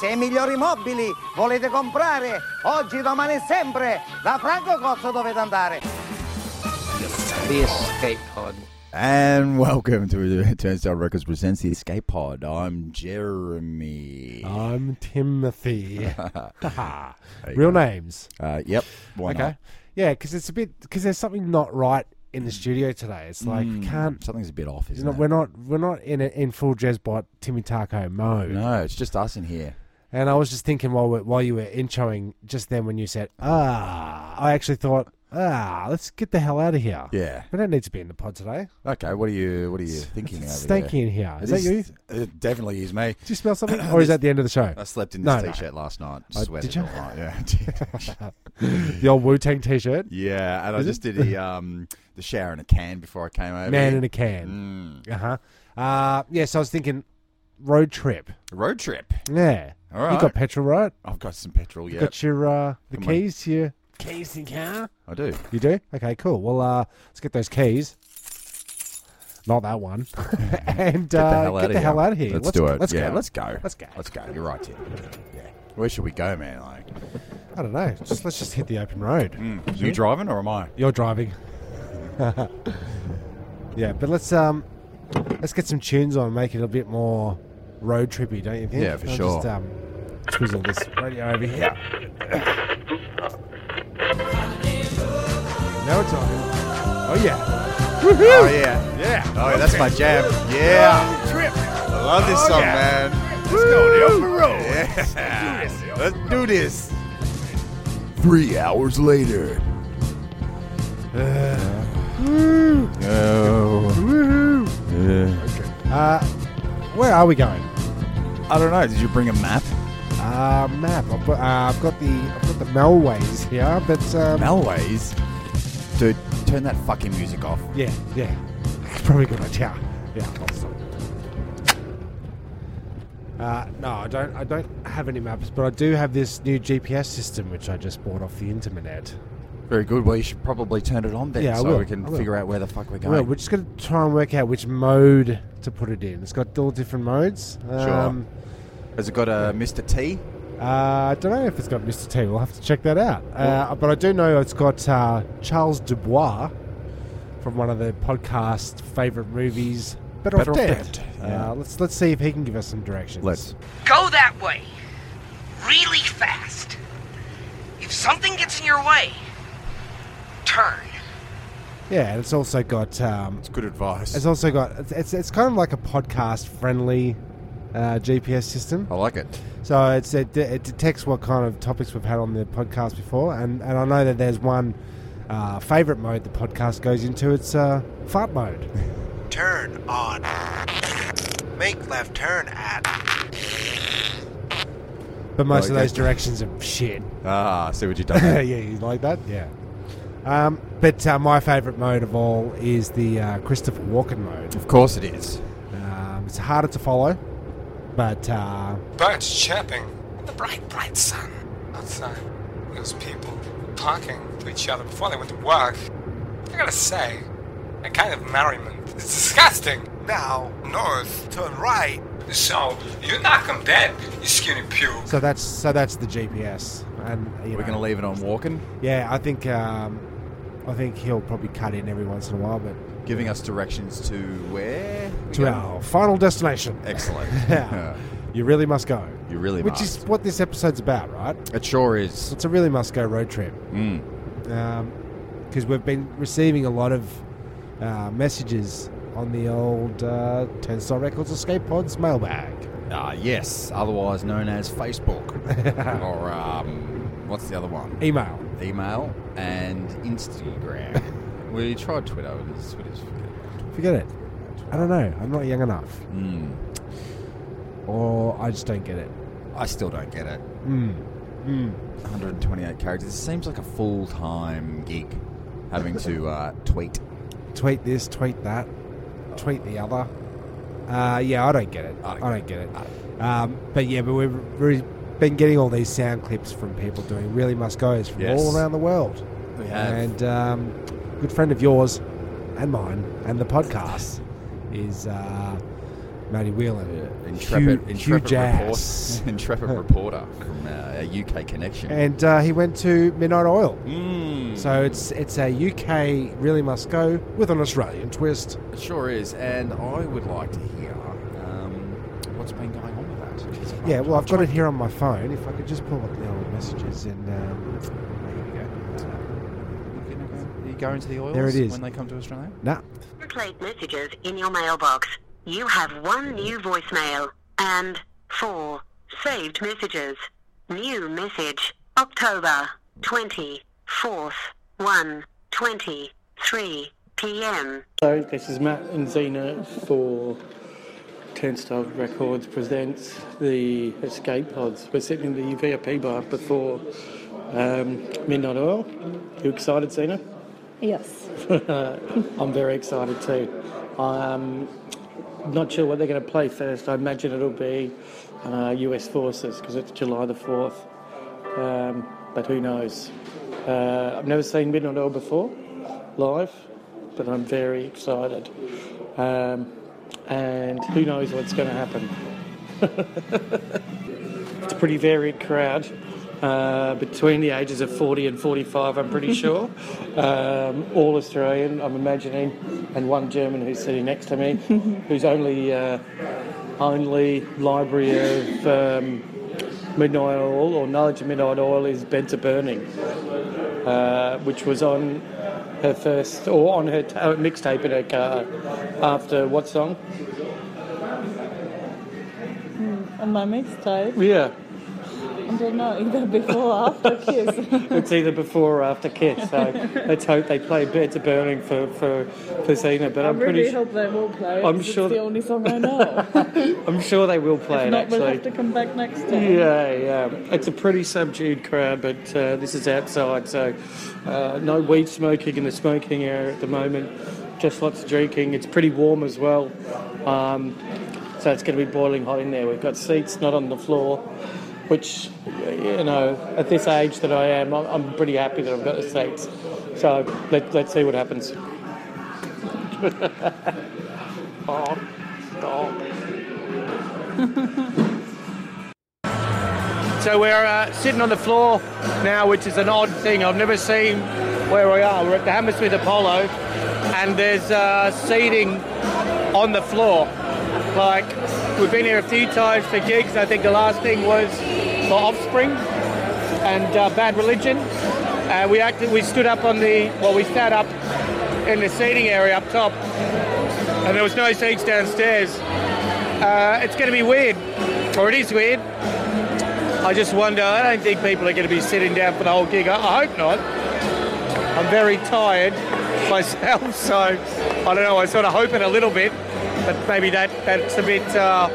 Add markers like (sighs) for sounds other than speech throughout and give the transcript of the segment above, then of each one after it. dei migliori mobili volete comprare oggi, domani e sempre, da Franco Cozzo dovete andare. The Escape Pod. And (laughs) welcome to Turnstile Records presents the Escape Pod. I'm Jeremy. I'm (laughs) Timothy. Ha ha. There you Real go. names. Uh, yep. Why okay. not? Yeah, because it's a bit because there's something not right in Hmm. the studio today. It's like we can't. Something's a bit off, It's isn't not, it? we're not we're not in a, in full Jezbot Timmy Taco mode. No, it's just us in here. And I was just thinking while we're, while you were introing just then when you said ah, I actually thought ah, let's get the hell out of here. Yeah. We don't need to be in the pod today. Okay. What are you? What are you thinking? It's over there? stinky in here. Is It that you? Do It definitely is me. you smell (coughs) something, or is that the end of the show? I slept in this No, no. t-shirt last night. Oh, Sweated did you? all night. Yeah. (laughs) I did. (laughs) The old Wu Tang T-shirt, yeah. And I just did the um the shower in a can before I came over. man here. in a can. Mm. Uh-huh. Uh Yeah, so I was thinking road trip. road trip. Yeah. All right. You got petrol, right? I've got some petrol. Yeah. Got your uh, the Come on. keys to your keys in car. I do. You do? Okay, cool. Well, uh, let's get those keys. Not that one. (laughs) and Get the uh, hell out get of the here. hell out of here. Let's, do it. Let's yeah, go. Let's go. Let's go. Let's go. You're right, Tim. Yeah. Where should we go, Mm. man? Like, I don't know. Just let's just hit the open road. you driving or am I? You're driving. (laughs) yeah, but let's um, let's get some tunes on, make it a bit more road trippy, don't you think? Yeah, for I'll sure. Just, um, twizzle this radio over here. now it's on. Oh yeah. Oh yeah, yeah. Oh, yeah, that's my jam. Yeah. I love this song, man. Oh, Let's go down the road. Yeah. Let's do this. Three hours (sighs) later. Uh, Oh. Uh, where are we going? I don't know. Did you bring a map? Uh, map. I've got, uh, I've got the I've got the Melways here, but um, Malways. Dude, turn that fucking music off. yeah, yeah, it's probably a good idea. Yeah. I'll stop. Uh, no, I don't. I don't have any maps, but I do have this new GPS system which I just bought off the internet. Very good. Well, you should probably turn it on then, Yeah, I so will. we can I will. figure out where the fuck we're going. Well, we're just going to try and work out which mode to put it in. It's got all different modes. Um, Sure. Has it got a Mr. T? Uh, I don't know if it's got Mr. T. We'll have to check that out. Uh, but I do know it's got uh, Charles Dubois from one of the podcast favorite movies, Better, Better Off Off Dead. Dead, Uh, yeah. let's let's see if he can give us some directions. Let's. Go that way. Really fast. If something gets in your way, turn. Yeah, and it's also got um, Good advice. it's also got it's, it's it's kind of like a podcast friendly uh, GPS system. I like it. So it's, it, it detects what kind of topics we've had on the podcast before, and, and I know that there's one uh, favorite mode the podcast goes into. It's uh, fart mode. (laughs) Turn on. Make left turn at. But most of Like those that. directions are shit. (laughs) Ah, I see what you've done yeah, (laughs) there. you like that? Yeah. Um, but uh, my favourite mode of all is the uh, Christopher Walken mode. of course it is. Um, it's harder to follow, but uh, Birds chirping in the bright, bright sun outside. Those people talking to each other before they went to work. I gotta say, that kind of merriment is disgusting. Now, north, turn right. So, you knock 'em dead, you skinny pube. so that's so that's the GPS. And you We're know, going to leave it on walking, Yeah, I think um, I think he'll probably cut in every once in a while, but giving us directions to where? we to go. our final destination. Excellent. (laughs) Yeah. you really must go. (laughs) You really Which must. is what this episode's about, right? It sure is. It's a really must go road trip. Mm. because we've been receiving a lot of uh, messages on the old uh, Turnstile Records Escape Pods mailbag. Ah, yes, otherwise known (laughs) as Facebook. or, um, what's the other one? Email. Email (laughs) and Instagram. we tried Twitter, but it's Twitter's Forget it. I don't know. I'm not young enough. mm. Or I just don't get it. I still don't get it. Mm. Mm. 128 characters. It seems like a full time gig having (laughs) to uh, tweet. Tweet this, tweet that, tweet the other. Uh, yeah, I don't get it. I don't, get it. Um, but yeah, but we've re- been getting all these sound clips from people doing really must goes from Yes. all around the world. We have. And um, good friend of yours and mine and the podcast is uh, Matty Whelan. Yeah, intrepid, Huge- intrepid, huge ass. (laughs) report- (laughs) intrepid reporter from uh, a UK connection. And uh, he went to Midnight Oil. Mm, So it's it's a UK really must go with an Australian twist. it sure is. And I would like to hear um, what's been going on with that. It's a Yeah, bunch. well, I've got it here on my phone. If I could just pull up the old messages and um, here we go. You gonna go- You go into the oils There it is. when they come to Australia? Nah, Replay messages in your mailbox. You have one new voicemail and four saved messages. New message October 24th, 1:23 p.m. Hello, this is Matt and Zena for Turnstile Records presents the Escape Pods. We're sitting in the VIP bar before um, Midnight Oil. You excited, Zena? Yes. I'm very excited too. I'm not sure what they're going to play first. I imagine it'll be uh, US Forces because it's July the 4th. Um, but who knows? Uh, I've never seen Midnight Oil before live, but I'm very excited. Um, and who knows what's going to happen? it's a pretty varied crowd. Uh, between the ages of 40 and 45, I'm pretty sure. Um, all Australian, I'm imagining, and one German who's sitting next to me, who's only uh, only library of um, Midnight Oil or knowledge of Midnight Oil is Beds Are Burning, uh, which was on her first or on her t- uh, mixtape in her car after what song? On my mixtape, Yeah. I don't know either before or (laughs) after Kiss. It's either before or after Kiss, so let's hope they play Beds Are Burning for, for, for Zena. But I I'm pretty really sure, hope they will play. I'm 'cause sure it's the th- only song (laughs) I know. I'm sure they will play it Not we'll have to actually. come back next time. Yeah, yeah. It's a pretty subdued crowd, but uh, this is outside, so uh, no weed smoking in the smoking area at the moment. Just lots of drinking. It's pretty warm as well, um, so it's going to be boiling hot in there. We've got seats not on the floor, which you know, at this age that I am, I'm- I'm pretty happy that I've got the seats. So let, let's see what happens. (laughs) oh, stop. So we're uh, sitting on the floor now, which is an odd thing. I've never seen where we are. We're at the Hammersmith Apollo, and there's uh, seating on the floor. Like we've been here a few times for gigs. I think the last thing was for Offspring and uh, Bad Religion. Uh, we acted. We stood up on the. Well, we sat up in the seating area up top, and there was no seats downstairs. Uh, it's going to be weird, or it is weird. I just wonder, I don't think people are going to be sitting down for the whole gig. I, I hope not. I'm very tired (laughs) myself, so I don't know. I sort of hoping a little bit, but maybe that that's a bit, uh,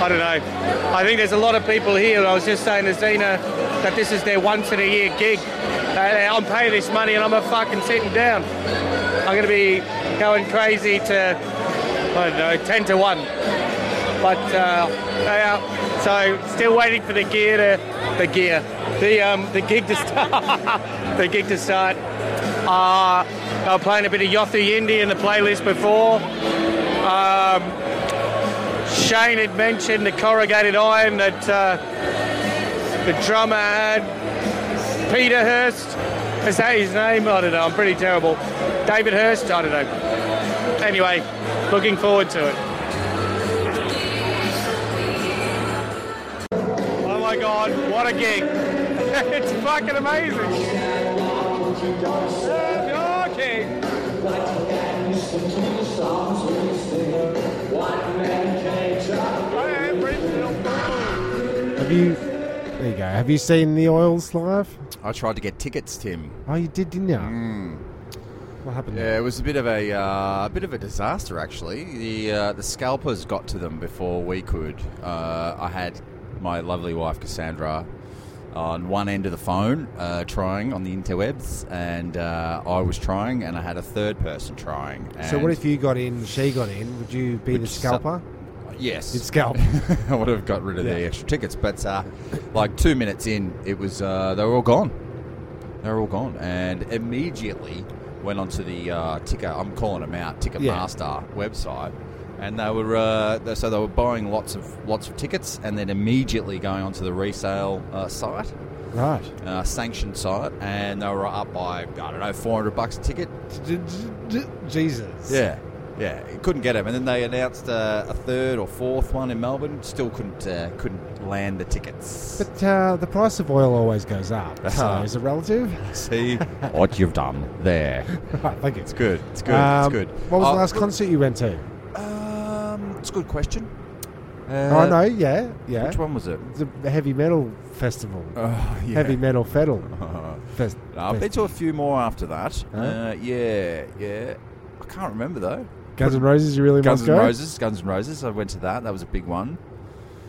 I don't know. I think there's a lot of people here. and I was just saying to Zena that this is their once in a year gig. They- I'm paying this money and I'm a fucking sitting down. I'm going to be going crazy to, I don't know, 10 to 1 but uh, they are, so still waiting for the gear to the gear the um, the gig to (laughs) start the gig to start. Uh, they were playing a bit of Yothu Yindi in the playlist before. Um, Shane had mentioned the corrugated iron that uh, the drummer had. Peter Hurst, is that his name? I don't know. I'm pretty terrible. David Hurst, I don't know. Anyway, looking forward to it. Oh my god, what a gig! (laughs) it's fucking amazing! Okay. have you? There you go. Have you seen the Oils live? I tried to get tickets, Tim. Oh, you did, didn't you? What happened? Hmm. Yeah, it was a bit of a uh, a bit of a disaster actually. The uh, the scalpers got to them before we could. Uh, I had my lovely wife Cassandra on one end of the phone uh, trying on the interwebs, and uh, I was trying, and I had a third person trying. And So what if you got in? She got in. Would you be the Which scalper? uh, Yes, You'd (laughs) scalp. I would have got rid of the Yeah. extra tickets, but uh, like two minutes in, it was uh, they were all gone. They were all gone, and immediately went onto the uh, ticker. I'm calling them out, Ticketmaster website, and they were uh, they- so they were buying lots of lots of tickets, and then immediately going onto the resale uh, site, Right. uh, sanctioned site, and they were up by I don't know four hundred bucks a ticket. Jesus. Yeah, yeah, you couldn't get them, and then they announced uh, a third or fourth one in Melbourne. Still couldn't uh, couldn't land the tickets. But uh, the price of oil always goes up. So Ah. is it relative? (laughs) (laughs) See what you've done there. Right, thank you. It's good. It's good. Um, it's good. What was Oh, the last concert you went to? Um, it's a good question. oh no, yeah, yeah. uh, Which one was it? (laughs) It's a heavy metal festival. Oh, yeah. Heavy metal fiddle. (laughs) Fest- No, I've fest- been to a few more after that. Huh? Uh, yeah, yeah. I can't remember though. Guns N' Roses, you really Guns must N' go? Roses, Guns N' Roses. I went to that. That was a big one.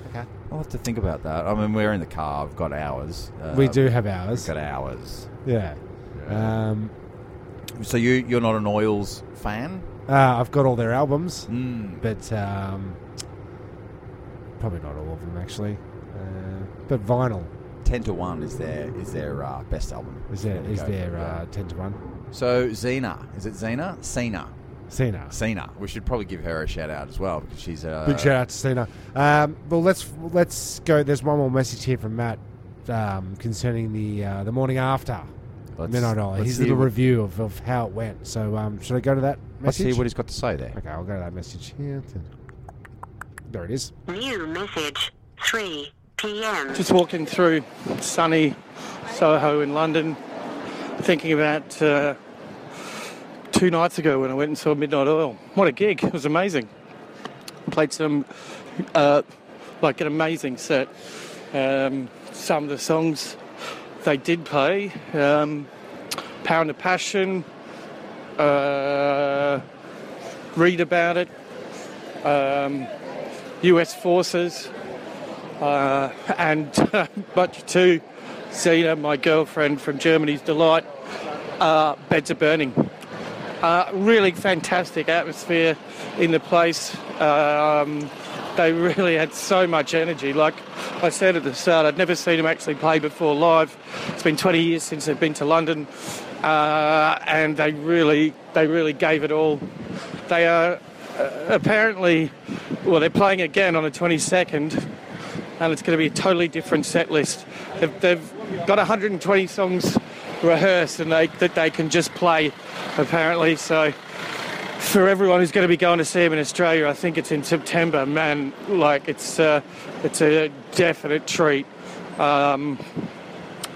Okay. I'll have to think about that. I mean, we're in the car. I've got hours. Uh, We do have hours. We've got hours. Yeah. Um, So you you're not an Oils fan? uh, I've got all their albums, Hmm. but um, probably not all of them actually. Uh, but vinyl Ten to one is their is their uh, best album. is there There we is go. there Yeah. uh, ten to one. So Xena, is it Xena? Cena. Cena. Cena. We should probably give her a shout out as well because she's uh, a Big shout out to Cena. Um, well, let's let's go. There's one more message here from Matt um, concerning the uh, the morning after Let's- Midnight Oil. let's His hear little what- review of, of how it went. So um, should I go to that Let's message? see what he's got to say there. Okay, I'll go to that message here. There it is. New message 3 p.m. Just walking through sunny Soho in London, thinking about uh, two nights ago when I went and saw Midnight Oil. What a gig! It was amazing. Played some, uh, like an amazing set. Um, some of the songs they did play um, Pound of Passion, uh, Read About It, um, US Forces, uh, and (laughs) Butcher 2, Zena, my girlfriend from Germany's Delight, uh, Beds Are Burning. Uh, really fantastic atmosphere in the place. Um, they really had so much energy. Like I said at the start, I'd never seen them actually play before live. It's been 20 years since they've been to London, uh, and they really, they really gave it all. They are uh, apparently, well, they're playing again on the 22nd and it's going to be a totally different set list. They've, they've got 120 songs rehearsed and they, that they can just play, apparently. So for everyone who's going to be going to see them in Australia, I think it's in September. Man, like it's uh, it's a definite treat, um,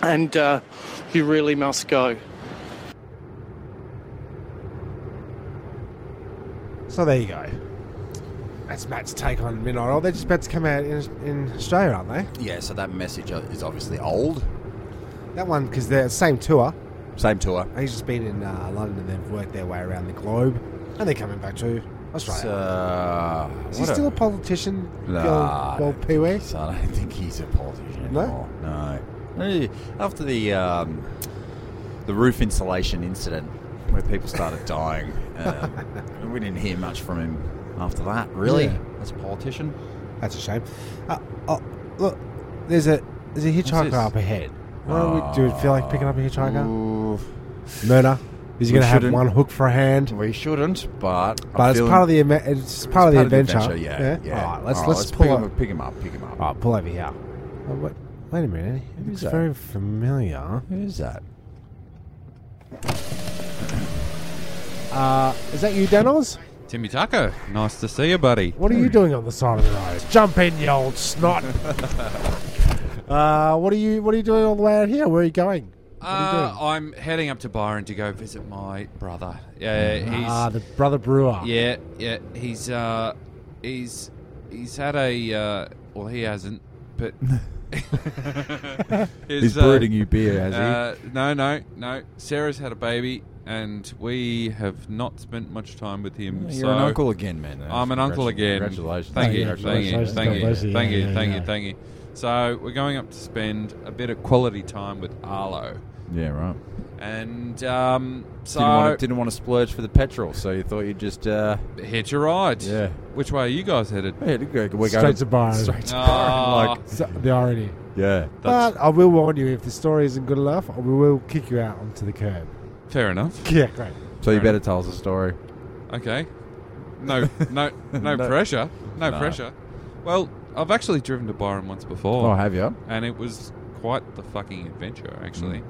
and uh, you really must go. So there you go. That's Matt's take on Midnight Oil. They're just about to come out in, in Australia, aren't they? Yeah, so that message uh, is obviously old. That one because they're same tour. Same tour. He's just been in uh, London and they've worked their way around the globe, and they're coming back to Australia. So, Is he uh, what a- still a politician? Nah, I Well, don't Pee Wee. So I don't think he's a politician. No? anymore. no. Eh, After the um, the roof insulation incident, where (laughs) people started dying, um, we didn't hear much from him after that. Really, Yeah. as a politician, That's a shame. Uh, oh, look, there's a there's a hitchhiker this? Oh. up ahead. Why don't we, do you feel like picking up a hitchhiker? Oof. Murder. Is he We going to have shouldn't. one hook for a hand? we shouldn't. But I'm But it's feeling- part of the ama- it's, part of the adventure. Yeah, yeah. All right, let's All right, let's, pick pull him up. up. Pick him up. Pick him up. All right, pull over here. Oh, wait, wait a minute. It looks that? very familiar. Who's that? Uh, is that you, Danos? Timmy Taco, nice to see you, buddy. What are you doing on the side of the road? Jump in, you old (laughs) snot. uh, what are you What are you doing all the way out here? Where are you going? Uh, I'm heading up to Byron to go visit my brother. Yeah, oh, he's Ah, the brother brewer. yeah, yeah. He's uh, he's he's had a uh, well, he hasn't, but He's brewing you beer, has he? Uh, no, no, no. Sarah's had a baby, and we have not spent much time with him. You're so an uncle again, man. I'm an uncle again. Congratulations. Thank you, Congratulations. thank you, Congratulations. thank you, thank God bless you. you, thank you, Yeah, thank yeah. you, So we're going up to spend a bit of quality time with Arlo, Yeah, right. and um, so didn't, want to, didn't want to splurge for the petrol, so you thought you'd just uh, (laughs) hitch a ride. Yeah. Which way are you guys headed? Hey, we're going (laughs) Straight to Byron. Straight to Ah. Byron. (laughs) Like, (laughs) So- the irony. yeah, That's- but I will warn you, if the story isn't good enough, we will kick you out onto the curb. (laughs) Fair enough. Yeah, great. so you better tell us the story. Okay. No, (laughs) no, no, No. pressure. No, No. pressure. Well, I've actually driven to Byron once before. Oh, have ya? And it was quite the fucking adventure, actually.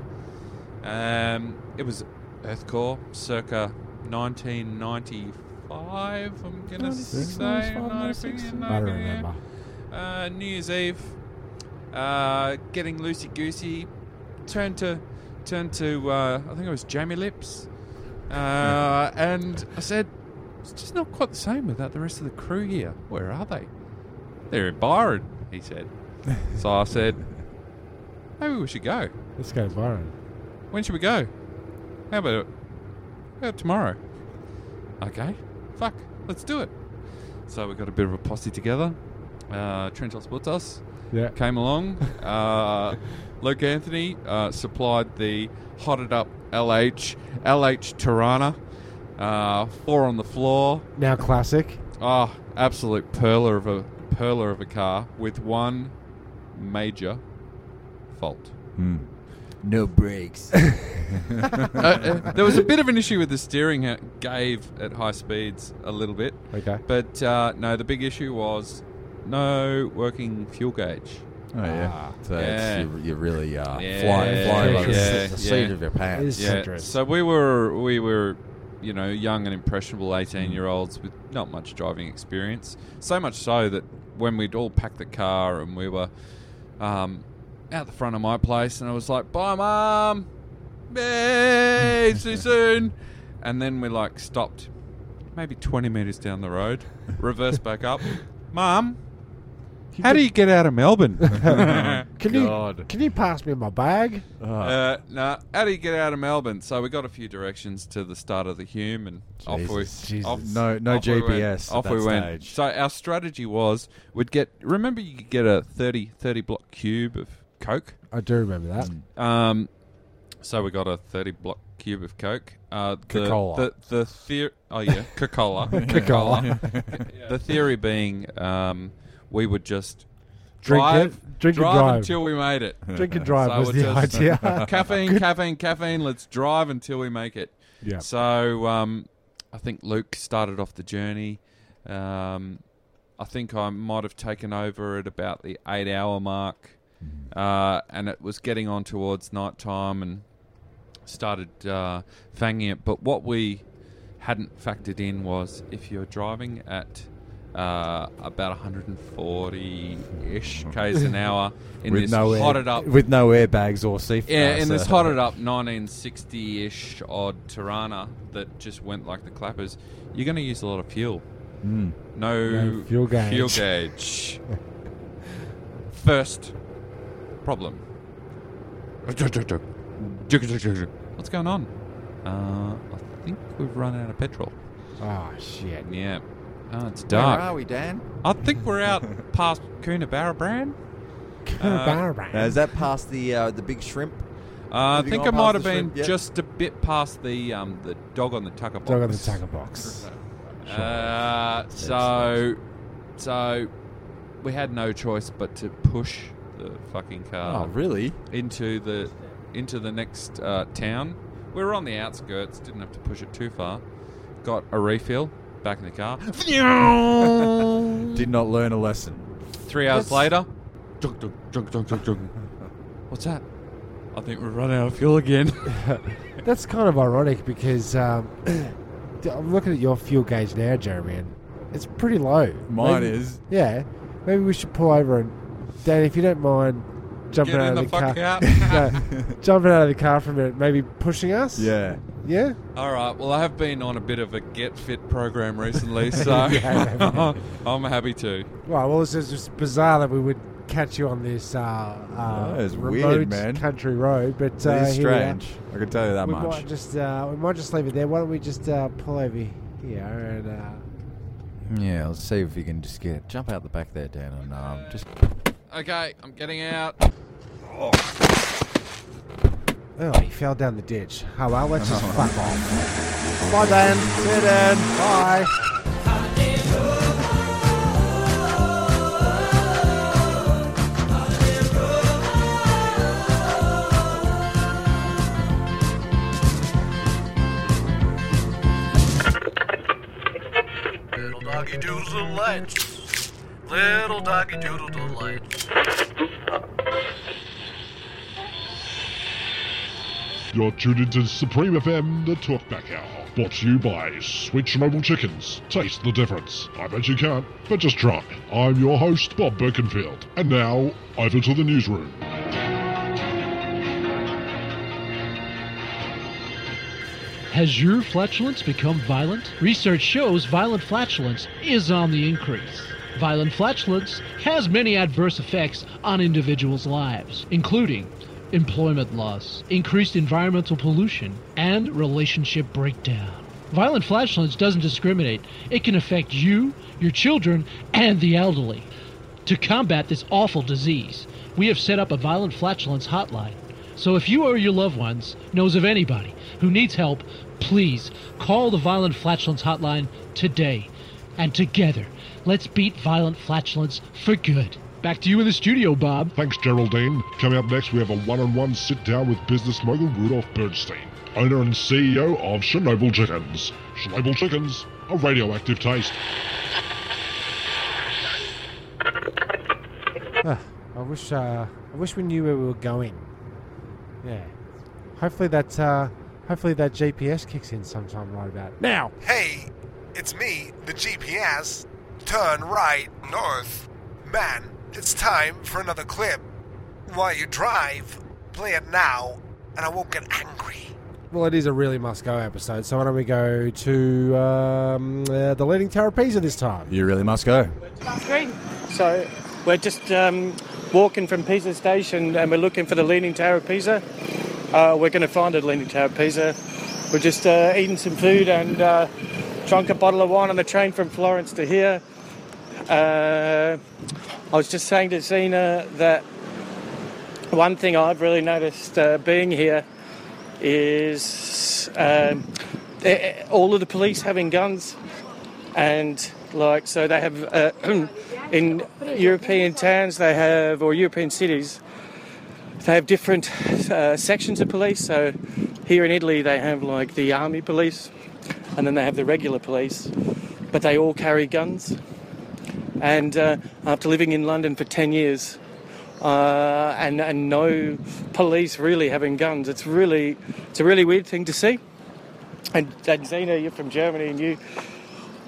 Um, it was Earthcore, circa 1995. I'm gonna 96, say 95, 96. 96. I don't remember. Uh, New Year's Eve, uh, getting loosey goosey. Turned to, turned to. Uh, I think it was Jamie Lips, uh, and I said, "It's just not quite the same without the rest of the crew here. Where are they? They're in Byron," he said. so I said, "Maybe we should go. Let's go, Byron. When should we go? How about it? How about tomorrow? Okay, fuck, let's do it." So we got a bit of a posse together. Uh, Trentos Butas Yeah. came along. Uh, Luke Anthony uh, supplied the hotted up LH LH Tirana, uh, four on the floor. Now classic. Ah, absolute perler of a perler of a car with one major fault. No (laughs) brakes. Uh, uh, there was a bit of an issue with the steering ha- gave at high speeds a little bit. Okay. But uh, no, the big issue was no working fuel gauge. Oh yeah, so Ah, Yeah. It's, you're, you're really uh, flying, flying by the, s- the seat of your pants. Yeah. So we were we were, Mm. you know, young and impressionable eighteen year olds with not much driving experience. So much so that when we'd all packed the car and we were um, out the front of my place and I was like, Bye mum Hey, see you (laughs) soon and then we like stopped maybe twenty metres down the road, reversed back (laughs) up. Mum How do you get out of (laughs) Melbourne? Can you can you pass me my bag? Ah. Uh, now, how do you get out of Melbourne? So we got a few directions to the start of the Hume, and off we Jesus, Jesus. off- No- no off we went- GPS at off we that went. stage. So our strategy was we'd get. Remember, you could get a 30, 30 block cube of Coke. I do remember that. Um, so we got a thirty block cube of Coke. Uh, the, Coca-Cola. The the theory. Oh (laughs) yeah, Coca-Cola. Coca-Cola. (laughs) the theory being, um, we would just. Drink drive, it- drink and drive, drive. until we made it. Drink and drive was we'll the just- idea. (laughs) (laughs) caffeine, caffeine, caffeine. Let's drive until we make it. Yeah. So um, I think Luke started off the journey. Um, I think I might have taken over at about the eight hour mark, Mm-hmm. uh, and it was getting on towards night time and started uh, fanging it. But what we hadn't factored in was if you're driving at uh, about 140 ish k's an (laughs) hour in Mm-hmm. with this no air- hotted up with no airbags or seat. yeah, uh, and this so- hotted up 1960-ish odd Tirana that just went like the clappers. You're going to use a lot of fuel. Mm. No, No fuel gauge. fuel gauge. First problem. What's going on? Uh, I think we've run out of petrol. Oh shit. Yeah. Oh, it's Where dark. are we, Dan? I think we're out past Coonabarabran. Now, is that past the uh, the big shrimp? Uh, I Have you think gone it might past have the been shrimp yet? just a bit past the um, the dog on the tucker box. Dog on the tucker box. Uh, so, so we had no choice but to push the fucking car. Oh, really? Into the into the next uh, town. We were on the outskirts. Didn't have to push it too far. Got a refill. Back in the car. Did not learn a lesson. Three hours That's- later. Junk, junk, junk, junk, junk, junk. What's that? I think we've run out of fuel again. That's kind of ironic because um, I'm looking at your fuel gauge now, Jeremy, and it's pretty low. Mine Maybe- is. Yeah. Maybe we should pull over and, Dan, if you don't mind jumping Get in out the of the, fuck car, out. No, jumping out of the car for a minute, maybe pushing (laughs) us. Yeah. Yeah. All right. Well, I have been on a bit of a get fit program (laughs) recently, so Yeah. (laughs) I'm happy to. Right. Well, it's just, just bizarre that we would catch you on this uh, uh, That is weird, remote man. country road, but uh, That is here we are. strange. I can tell you that we much. might just uh, we might just leave it there. Why don't we just uh, pull over here and uh, Yeah, let's see if we can just get jump out the back there, Dan, and um, just Okay, I'm getting out. oh, he fell down the ditch. Oh well, let's (laughs) just fuck off. Bye, Dan. See you, Dan. Bye. Doggy doodle doodle light. Little doggy doodle doodle light. You're tuned into Supreme FM, the Talkback Hour. Brought to you by Switch Mobile Chickens. Taste the difference. I bet you can't, but just try. I'm your host, Bob Birkenfield. And now, over to the newsroom. Has your flatulence become violent? Research shows violent flatulence is on the increase. Violent flatulence has many adverse effects on individuals' lives, including employment loss, increased environmental pollution, and relationship breakdown. Violent flatulence doesn't discriminate. It can affect you, your children, and the elderly. To combat this awful disease, we have set up a violent flatulence hotline. So if you or your loved ones knows of anybody who needs help, please call the Violent Flatulence Hotline today. And together, let's beat violent flatulence for good. Back to you in the studio, Bob. Thanks, Geraldine. Coming up next, we have a one on one sit down with business mogul Rudolph Bernstein, owner and CEO of Chernobyl Chickens. Chernobyl Chickens, a radioactive taste. Ah, I wish uh, I wish we knew where we were going. Yeah. Hopefully that uh, hopefully that GPS kicks in sometime right about now. Hey, it's me, the GPS. Turn right north. Man, it's time for another clip. While you drive, play it now, and I won't get angry. Well, it is a really must go episode, so why don't we go to um, uh, the leading tower pizza this time? You really must go. Great. So we're just um, walking from Pisa Station and we're looking for the Leaning Tower of Pisa. Uh, we're going to find the Leaning Tower of Pisa. We're just uh, eating some food and uh, drunk a bottle of wine on the train from Florence to here. Uh, I was just saying to Zena that one thing I've really noticed uh, being here is um, e- all of the police having guns, and like so they have uh, (clears throat) in European towns they have or European cities they have different uh, sections of police. So here in Italy they have like the army police, and then they have the regular police, but they all carry guns. And uh, after living in London for 10 years uh, and, and no police really having guns, it's really it's a really weird thing to see. And, and Zena, you're from Germany and you,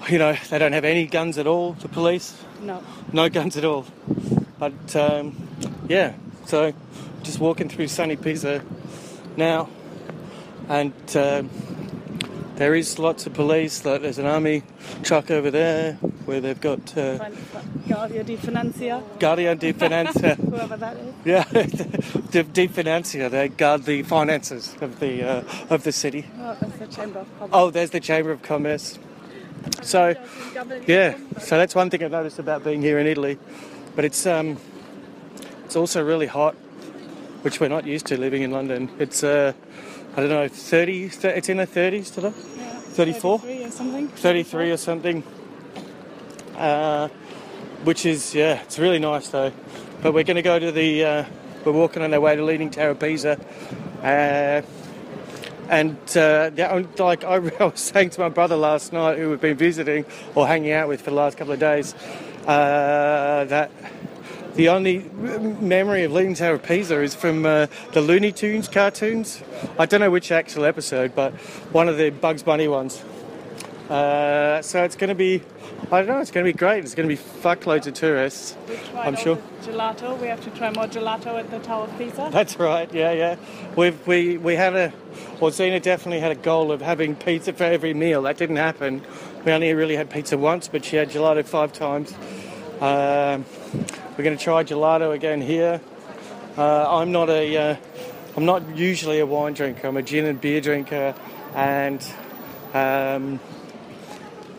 you know, they don't have any guns at all, the police. No. No guns at all. But um, yeah, so just walking through sunny Pisa now, and um, there is lots of police. Like there's an army truck over there where they've got uh, Guardia di Financia, Guardia di Finanza. whoever that is. yeah, (laughs) the de Financia. They guard the finances of the uh, of the city. Oh, that's the Chamber of Commerce. Oh, there's the Chamber of Commerce. So, yeah, so that's one thing I've noticed about being here in Italy, but it's um, it's also really hot, which we're not used to living in London. It's uh, I don't know, 30. th- It's in the 30s today. 34. 33 or something. 33 or something. Uh, which is, yeah, it's really nice though. But we're going to go to the, uh, we're walking on our way to Leading Tower of Pisa. Uh, and uh, the only- like I, (laughs) I was saying to my brother last night, who we've been visiting or hanging out with for the last couple of days, uh, that the only m- memory of Leaning Tower of Pisa is from uh, the Looney Tunes cartoons. I don't know which actual episode, but one of the Bugs Bunny ones. Uh, so it's going to be, I don't know, it's going to be great. It's going to be fuckloads of tourists, We tried I'm all sure. the Gelato. We have to try more gelato at the Tower of Pisa. (laughs) That's right. Yeah, yeah. We've, we we had a, well, Zena definitely had a goal of having pizza for every meal. That didn't happen. We only really had pizza once, but she had gelato five times. Um, we're going to try gelato again here. Uh, I'm not a, uh, I'm not usually a wine drinker. I'm a gin and beer drinker, and um,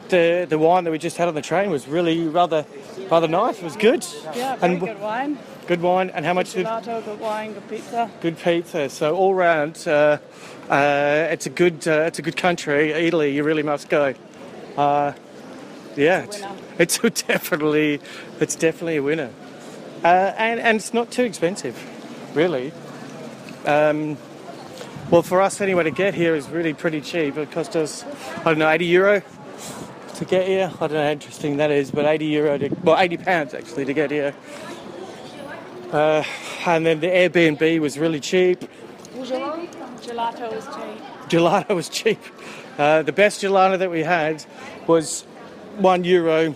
the the wine that we just had on the train was really rather rather nice. It was good. Yeah, very and w- good wine. Good wine. And how much Good did? gelato, good wine, good pizza. Good pizza. So all round, uh, uh, it's a good uh, it's a good country. Italy, you really must go. Uh, yeah, it's, it's (laughs) definitely it's definitely a winner, uh, and and it's not too expensive, really. Um, well, for us anyway, to get here is really pretty cheap. It cost us I don't know eighty euro. to get here. I don't know how interesting that is, but 80 euro to, well, 80 pounds actually to get here. Uh, and then the Airbnb was really cheap. Gelato was cheap. Gelato was cheap. Uh, the best gelato that we had was one euro,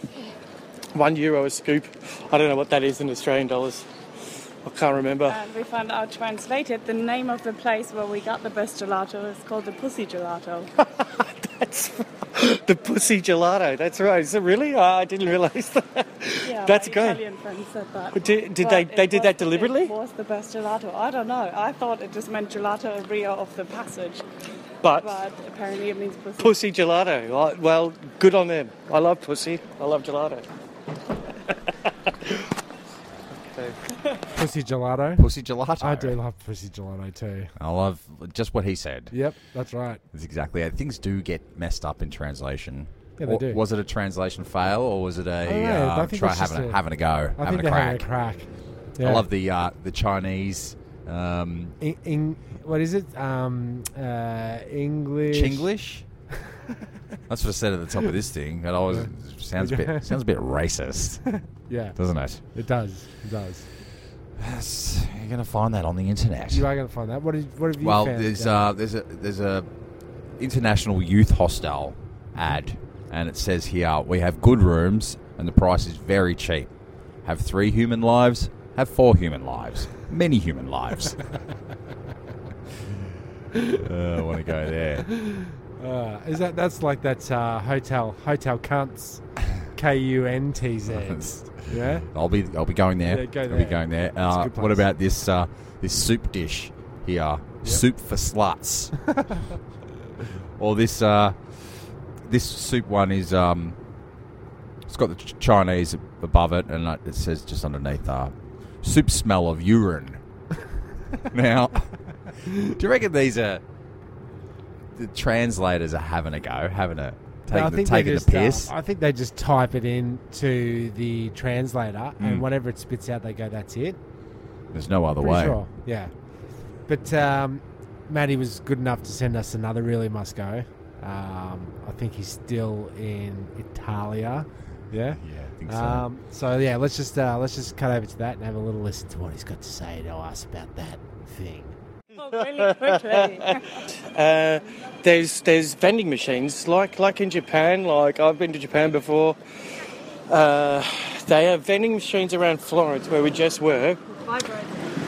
one euro a scoop. I don't know what that is in Australian dollars. I can't remember. And we found out translated the name of the place where we got the best gelato is called the Pussy Gelato. the pussy gelato. That's right. Is it really? I I didn't realise that. Yeah, That's my great. Italian friend said that. Did- did But they- they it did was- that deliberately? It was the best gelato. I don't know. I thought it just meant gelato Rio of the Passage. But- apparently it means pussy. Pussy gelato. I- Well, good on them. I love pussy. I love gelato. Pussy gelato. Pussy gelato. I do love pussy gelato too. I love just what he said. Yep, that's right. That's exactly it. Things do get messed up in translation. Yeah, they Wa- do. Was it a translation fail or was it I don't a know, I uh, think try it's just having a, a- having a go, I having, think a they're having a crack? crack. I Yeah. love the uh, the Chinese. Um, In, in, what is it? Um, uh, English. (laughs) Chinglish? that's what I said at the top of this thing. That always sounds (laughs) a bit sounds a bit racist. Yeah. (laughs) doesn't it? It does. It does. You're gonna find that on the internet. You are going to find that. What, did, what have you well, found? there's Dan? uh, there's a there's a international youth hostel ad, and it says here we have good rooms and the price is very cheap. Have three human lives. Have four human lives. Many human lives. Uh, I want to go there. Uh, is that that's like that uh, hotel hotel (laughs) cunts, K U N T Z. Yeah. I'll be I'll be going there. Yeah, go I'll be there. going there. It's a Uh, good what place. about this uh, this soup dish here? Soup for sluts. (laughs) or this uh, this soup one is um, it's got the Ch- Chinese above it, and uh, it says just underneath uh, soup smell (laughs) of urine. now, do you reckon these are the translators are having a go, having a No, I taking the, think they taking just, the uh, piss? I think they just type it in to the translator, Mm. and whatever it spits out, they go, "That's it." There's no other Pretty way. Sure. Yeah. But um, Maddie was good enough to send us another really must go. Um, I think he's still in Italia. Yeah. Yeah, I think so. Um, so yeah, let's just uh, let's just cut over to that and have a little listen to what he's got to say to us about that thing. really quickly. uh, there's there's vending machines like like in Japan. Like I've been to Japan before. Uh, they have vending machines around Florence where we just were.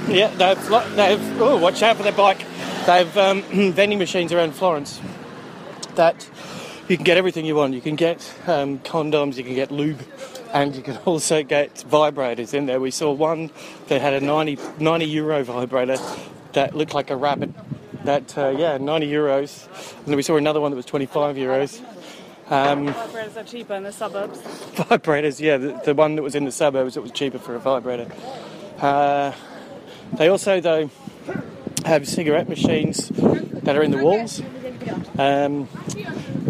Yeah, they've flo- they've oh watch out for their bike. They've um, (clears throat) vending machines around Florence that you can get everything you want. You can get um, condoms, you can get lube, and you can (laughs) also get vibrators in there. We saw one that had a 90, 90 euro vibrator that looked like a rabbit. That uh, yeah, 90 euros, and then we saw another one that was 25 euros. Um, Vibrators are cheaper in the suburbs. vibrators, yeah, the, the one that was in the suburbs that was cheaper for a vibrator. Uh, they also, though, have cigarette machines that are in the walls, um,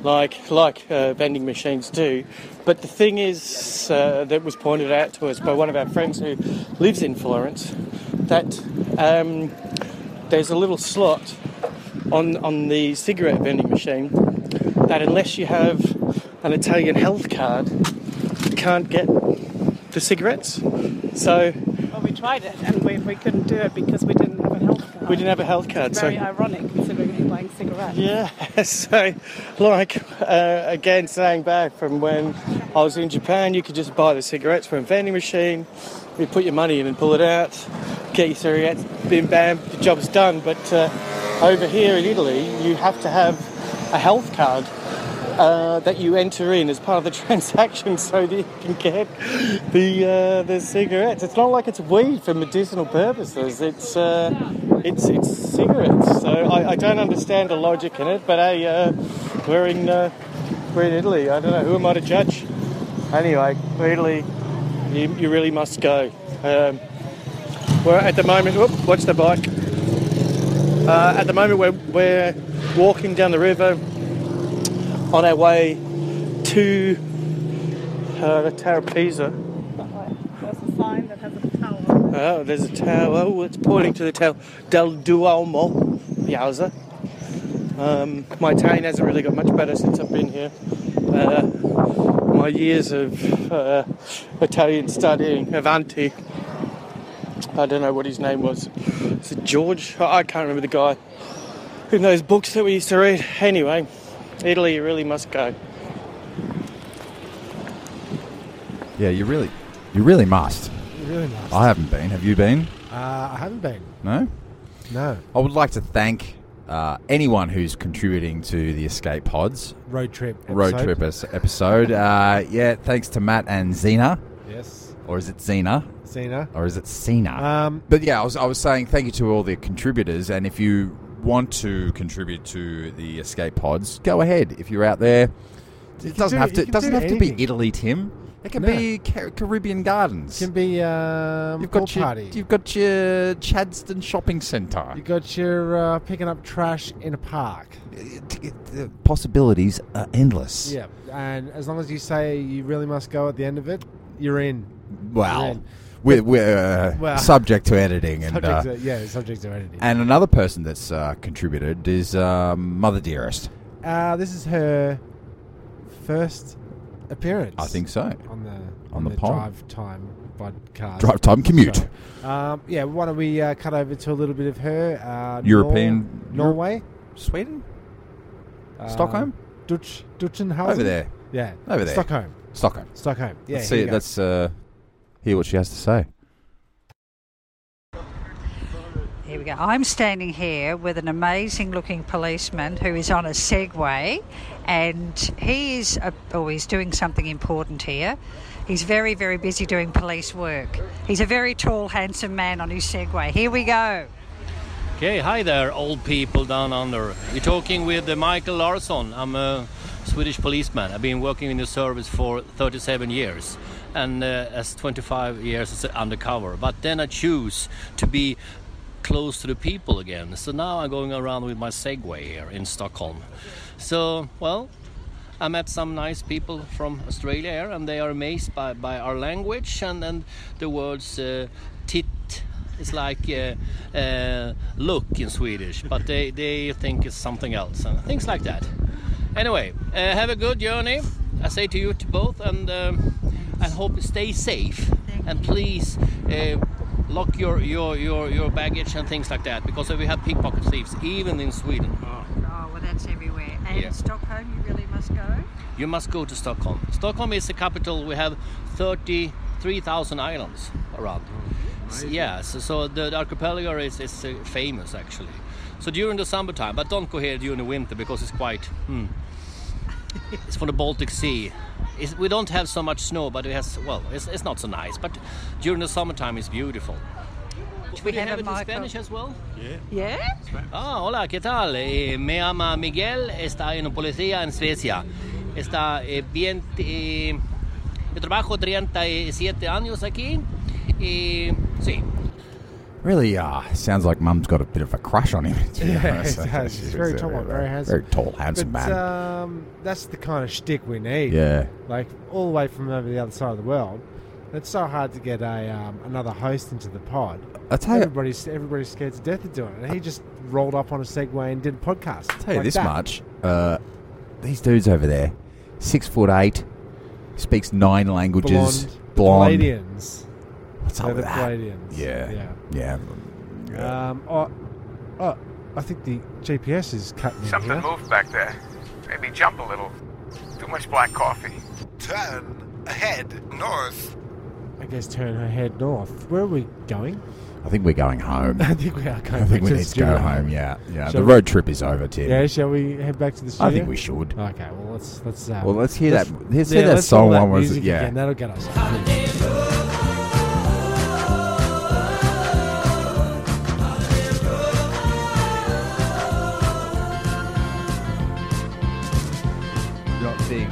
like like uh, vending machines do. But the thing is uh, that was pointed out to us by one of our friends who lives in Florence that um, there's a little slot on on the cigarette vending machine that unless you have an Italian health card, you can't get the cigarettes. So Well, we tried it and we, we couldn't do it because we didn't have a health card. we didn't have a health card. It's very so ironic considering he's buying cigarettes. yeah, (laughs) so like uh, again, saying back from when I was in Japan, you could just buy the cigarettes from a vending machine. You put your money in and pull it out, get your cigarettes, bim bam, the job's done. But uh, over here in Italy, you have to have a health card uh, that you enter in as part of the (laughs) transaction, so that you can get the uh, the cigarettes. It's not like it's weed for medicinal purposes. It's uh, it's it's cigarettes. So I, I don't understand the logic in it. But hey, uh, we're in uh, we're in Italy. I don't know who am I to judge. Anyway, Italy, you, you really must go. Um, we're at the moment. Whoop, watch the bike. Uh, at the moment, we're we're walking down the river on our way to uh, the Tower of Pisa. There's a sign that has a tower. Oh, there's a tower. Oh, it's pointing to the tower. Del Duomo Piazza. Um, my tan hasn't really got much better since I've been here. Uh, my years of uh, Italian studying, Avanti, I don't know what his name was. Is it George? I I can't remember the guy. In those books that we used to read. Anyway, Italy, you really must go. Yeah, you really, you really must. You really must. I haven't been. Have you been? Uh, I haven't been. No. No. I would like to thank uh, anyone who's contributing to the Escape Pods Road trip road episode. trip es- episode. Uh, yeah, thanks to Matt and Xena. Yes. Or is it Xena? Xena. Or is it Cena? Um, but yeah, I was, I was saying thank you to all the contributors, and if you want to contribute to the Escape Pods, go ahead. If you're out there, You it can doesn't do- have to. you It can doesn't do have to anything. be Italy, Tim. It can No. be Ca- Caribbean Gardens. Can be um, You've got pool your- party. You've got your Chadston Shopping Centre. You got your uh, picking up trash in a park. The possibilities are endless. Yeah, and as long as you say you really must go at the end of it, you're in. You're Wow. in. We're, we're uh, Well- subject to editing and Subject uh, to- yeah, subject to editing. And another person that's uh, contributed is um, Mother Dearest. Uh, this is her first appearance. I think so. On the on, On the the, pod. drive time podcast. Drive time commute. So, um, yeah, why don't we uh, cut over to a little bit of her uh, European- Nor- Norway, Sweden, Um, Stockholm? Dutch, Dutchenhausen. Over there. Yeah, Over there. Stockholm. Stockholm. Stockholm. Yeah, Let's here see. you go. Let's uh, hear what she has to say. Here we go. I'm standing here with an amazing looking policeman who is on a Segway and he is, a, oh, he's doing something important here. He's very, very busy doing police work. He's a very tall, handsome man on his Segway. Here we go. Okay, hi there, old people down under. You're talking with uh, Michael Larsson. I'm a Swedish policeman. I've been working in the service for 37 years and uh, as 25 years as undercover. But then I choose to be close to the people again. So now I'm going around with my Segway here in Stockholm. So, well, I met some nice people from Australia here, and they are amazed by, by our language and, and the words uh, tit. It's like uh, uh, look in Swedish, but they, they think it's something else and things like that. Anyway, uh, have a good journey. I say to you to both, and um, and hope you stay safe. And please uh, lock your, your, your, your baggage and things like that, because we have pickpocket thieves even in Sweden. Oh, well, that's everywhere. And Yeah. Stockholm, you really must go. you must go to Stockholm. Stockholm is the capital. We have 33,000 islands around. S- yeah, so, so the, the archipelago is, is uh, famous actually. So during the summertime, but don't go here during the winter because it's quite. Hmm, it's from the Baltic Sea. It's, we don't have so much snow, but it has. Well, it's, it's not so nice. But during the summertime, it's beautiful. We have it have, a in micro- Spanish as well? Yeah. Yeah? Ah, hola, ¿qué tal? Eh, me llamo Miguel, está en policía en Suecia. Está eh, bien, eh, yo trabajo 37 años aquí y sí. Really, uh, sounds like Mum's got a bit of a crush on him. to (laughs) be Yeah, honest. it does. It's very tall, very handsome. very tall, handsome but, man. Um, that's the kind of shtick we need. Yeah. Like, all the way from over the other side of the world. It's so hard to get a um, another host into the pod. I tell you- everybody's, everybody's scared to death of doing it. And he just rolled up on a Segway and did a podcast. tell you like this that. much: uh, these dudes over there, six foot eight, speaks nine languages, Blonde. blonde. Palladians. What's up They're with the that? Palladians. Yeah, yeah. yeah. Um, oh, oh, I think the GPS is cutting in Something here. moved back there. Maybe jump a little. Too much black coffee. Turn ahead north. I guess turn her head north. Where are we going? (laughs) I think we're going home. I think we are going I think back we to need the to go studio. home. Yeah, yeah. Shall the we- road trip is over, Tim. Yeah, shall we head back to the studio? I think we should. Okay, well let's let's. Um, Well, let's hear that- let's hear yeah, that let's song roll one was- music yeah. again. that'll get us. Not big.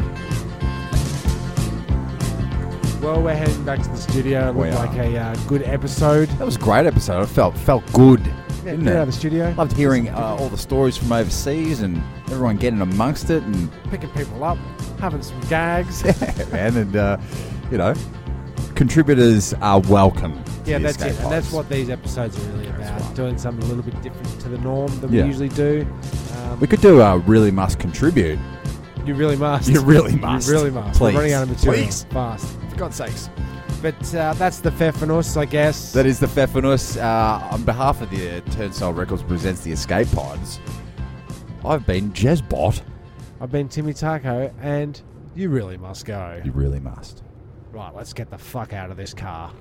Well, we're heading back to the studio. It We looked are. like a uh, good episode. That was a great episode. It felt felt good. Yeah, didn't get it? out of the studio. Loved hearing uh, all the stories from overseas and everyone getting amongst it and Picking people up, having some (laughs) gags. man and uh, you know contributors are welcome. to Yeah, the that's it. escape And that's pods. what these episodes are really about doing something a little bit different to the norm than Yeah. we usually do. Um, We could do a really must contribute. You really must. You really must. You really must. Please. We're running out of material Please. fast. For God's sakes. But uh, that's the Pfeffernuss, I guess. That is the Pfeffernuss. Uh, on behalf of the Turnstile Records presents the Escape Pods. I've been Jezbot. I've been Timmy Taco, and you really must go. You really must. Right, let's get the fuck out of this car.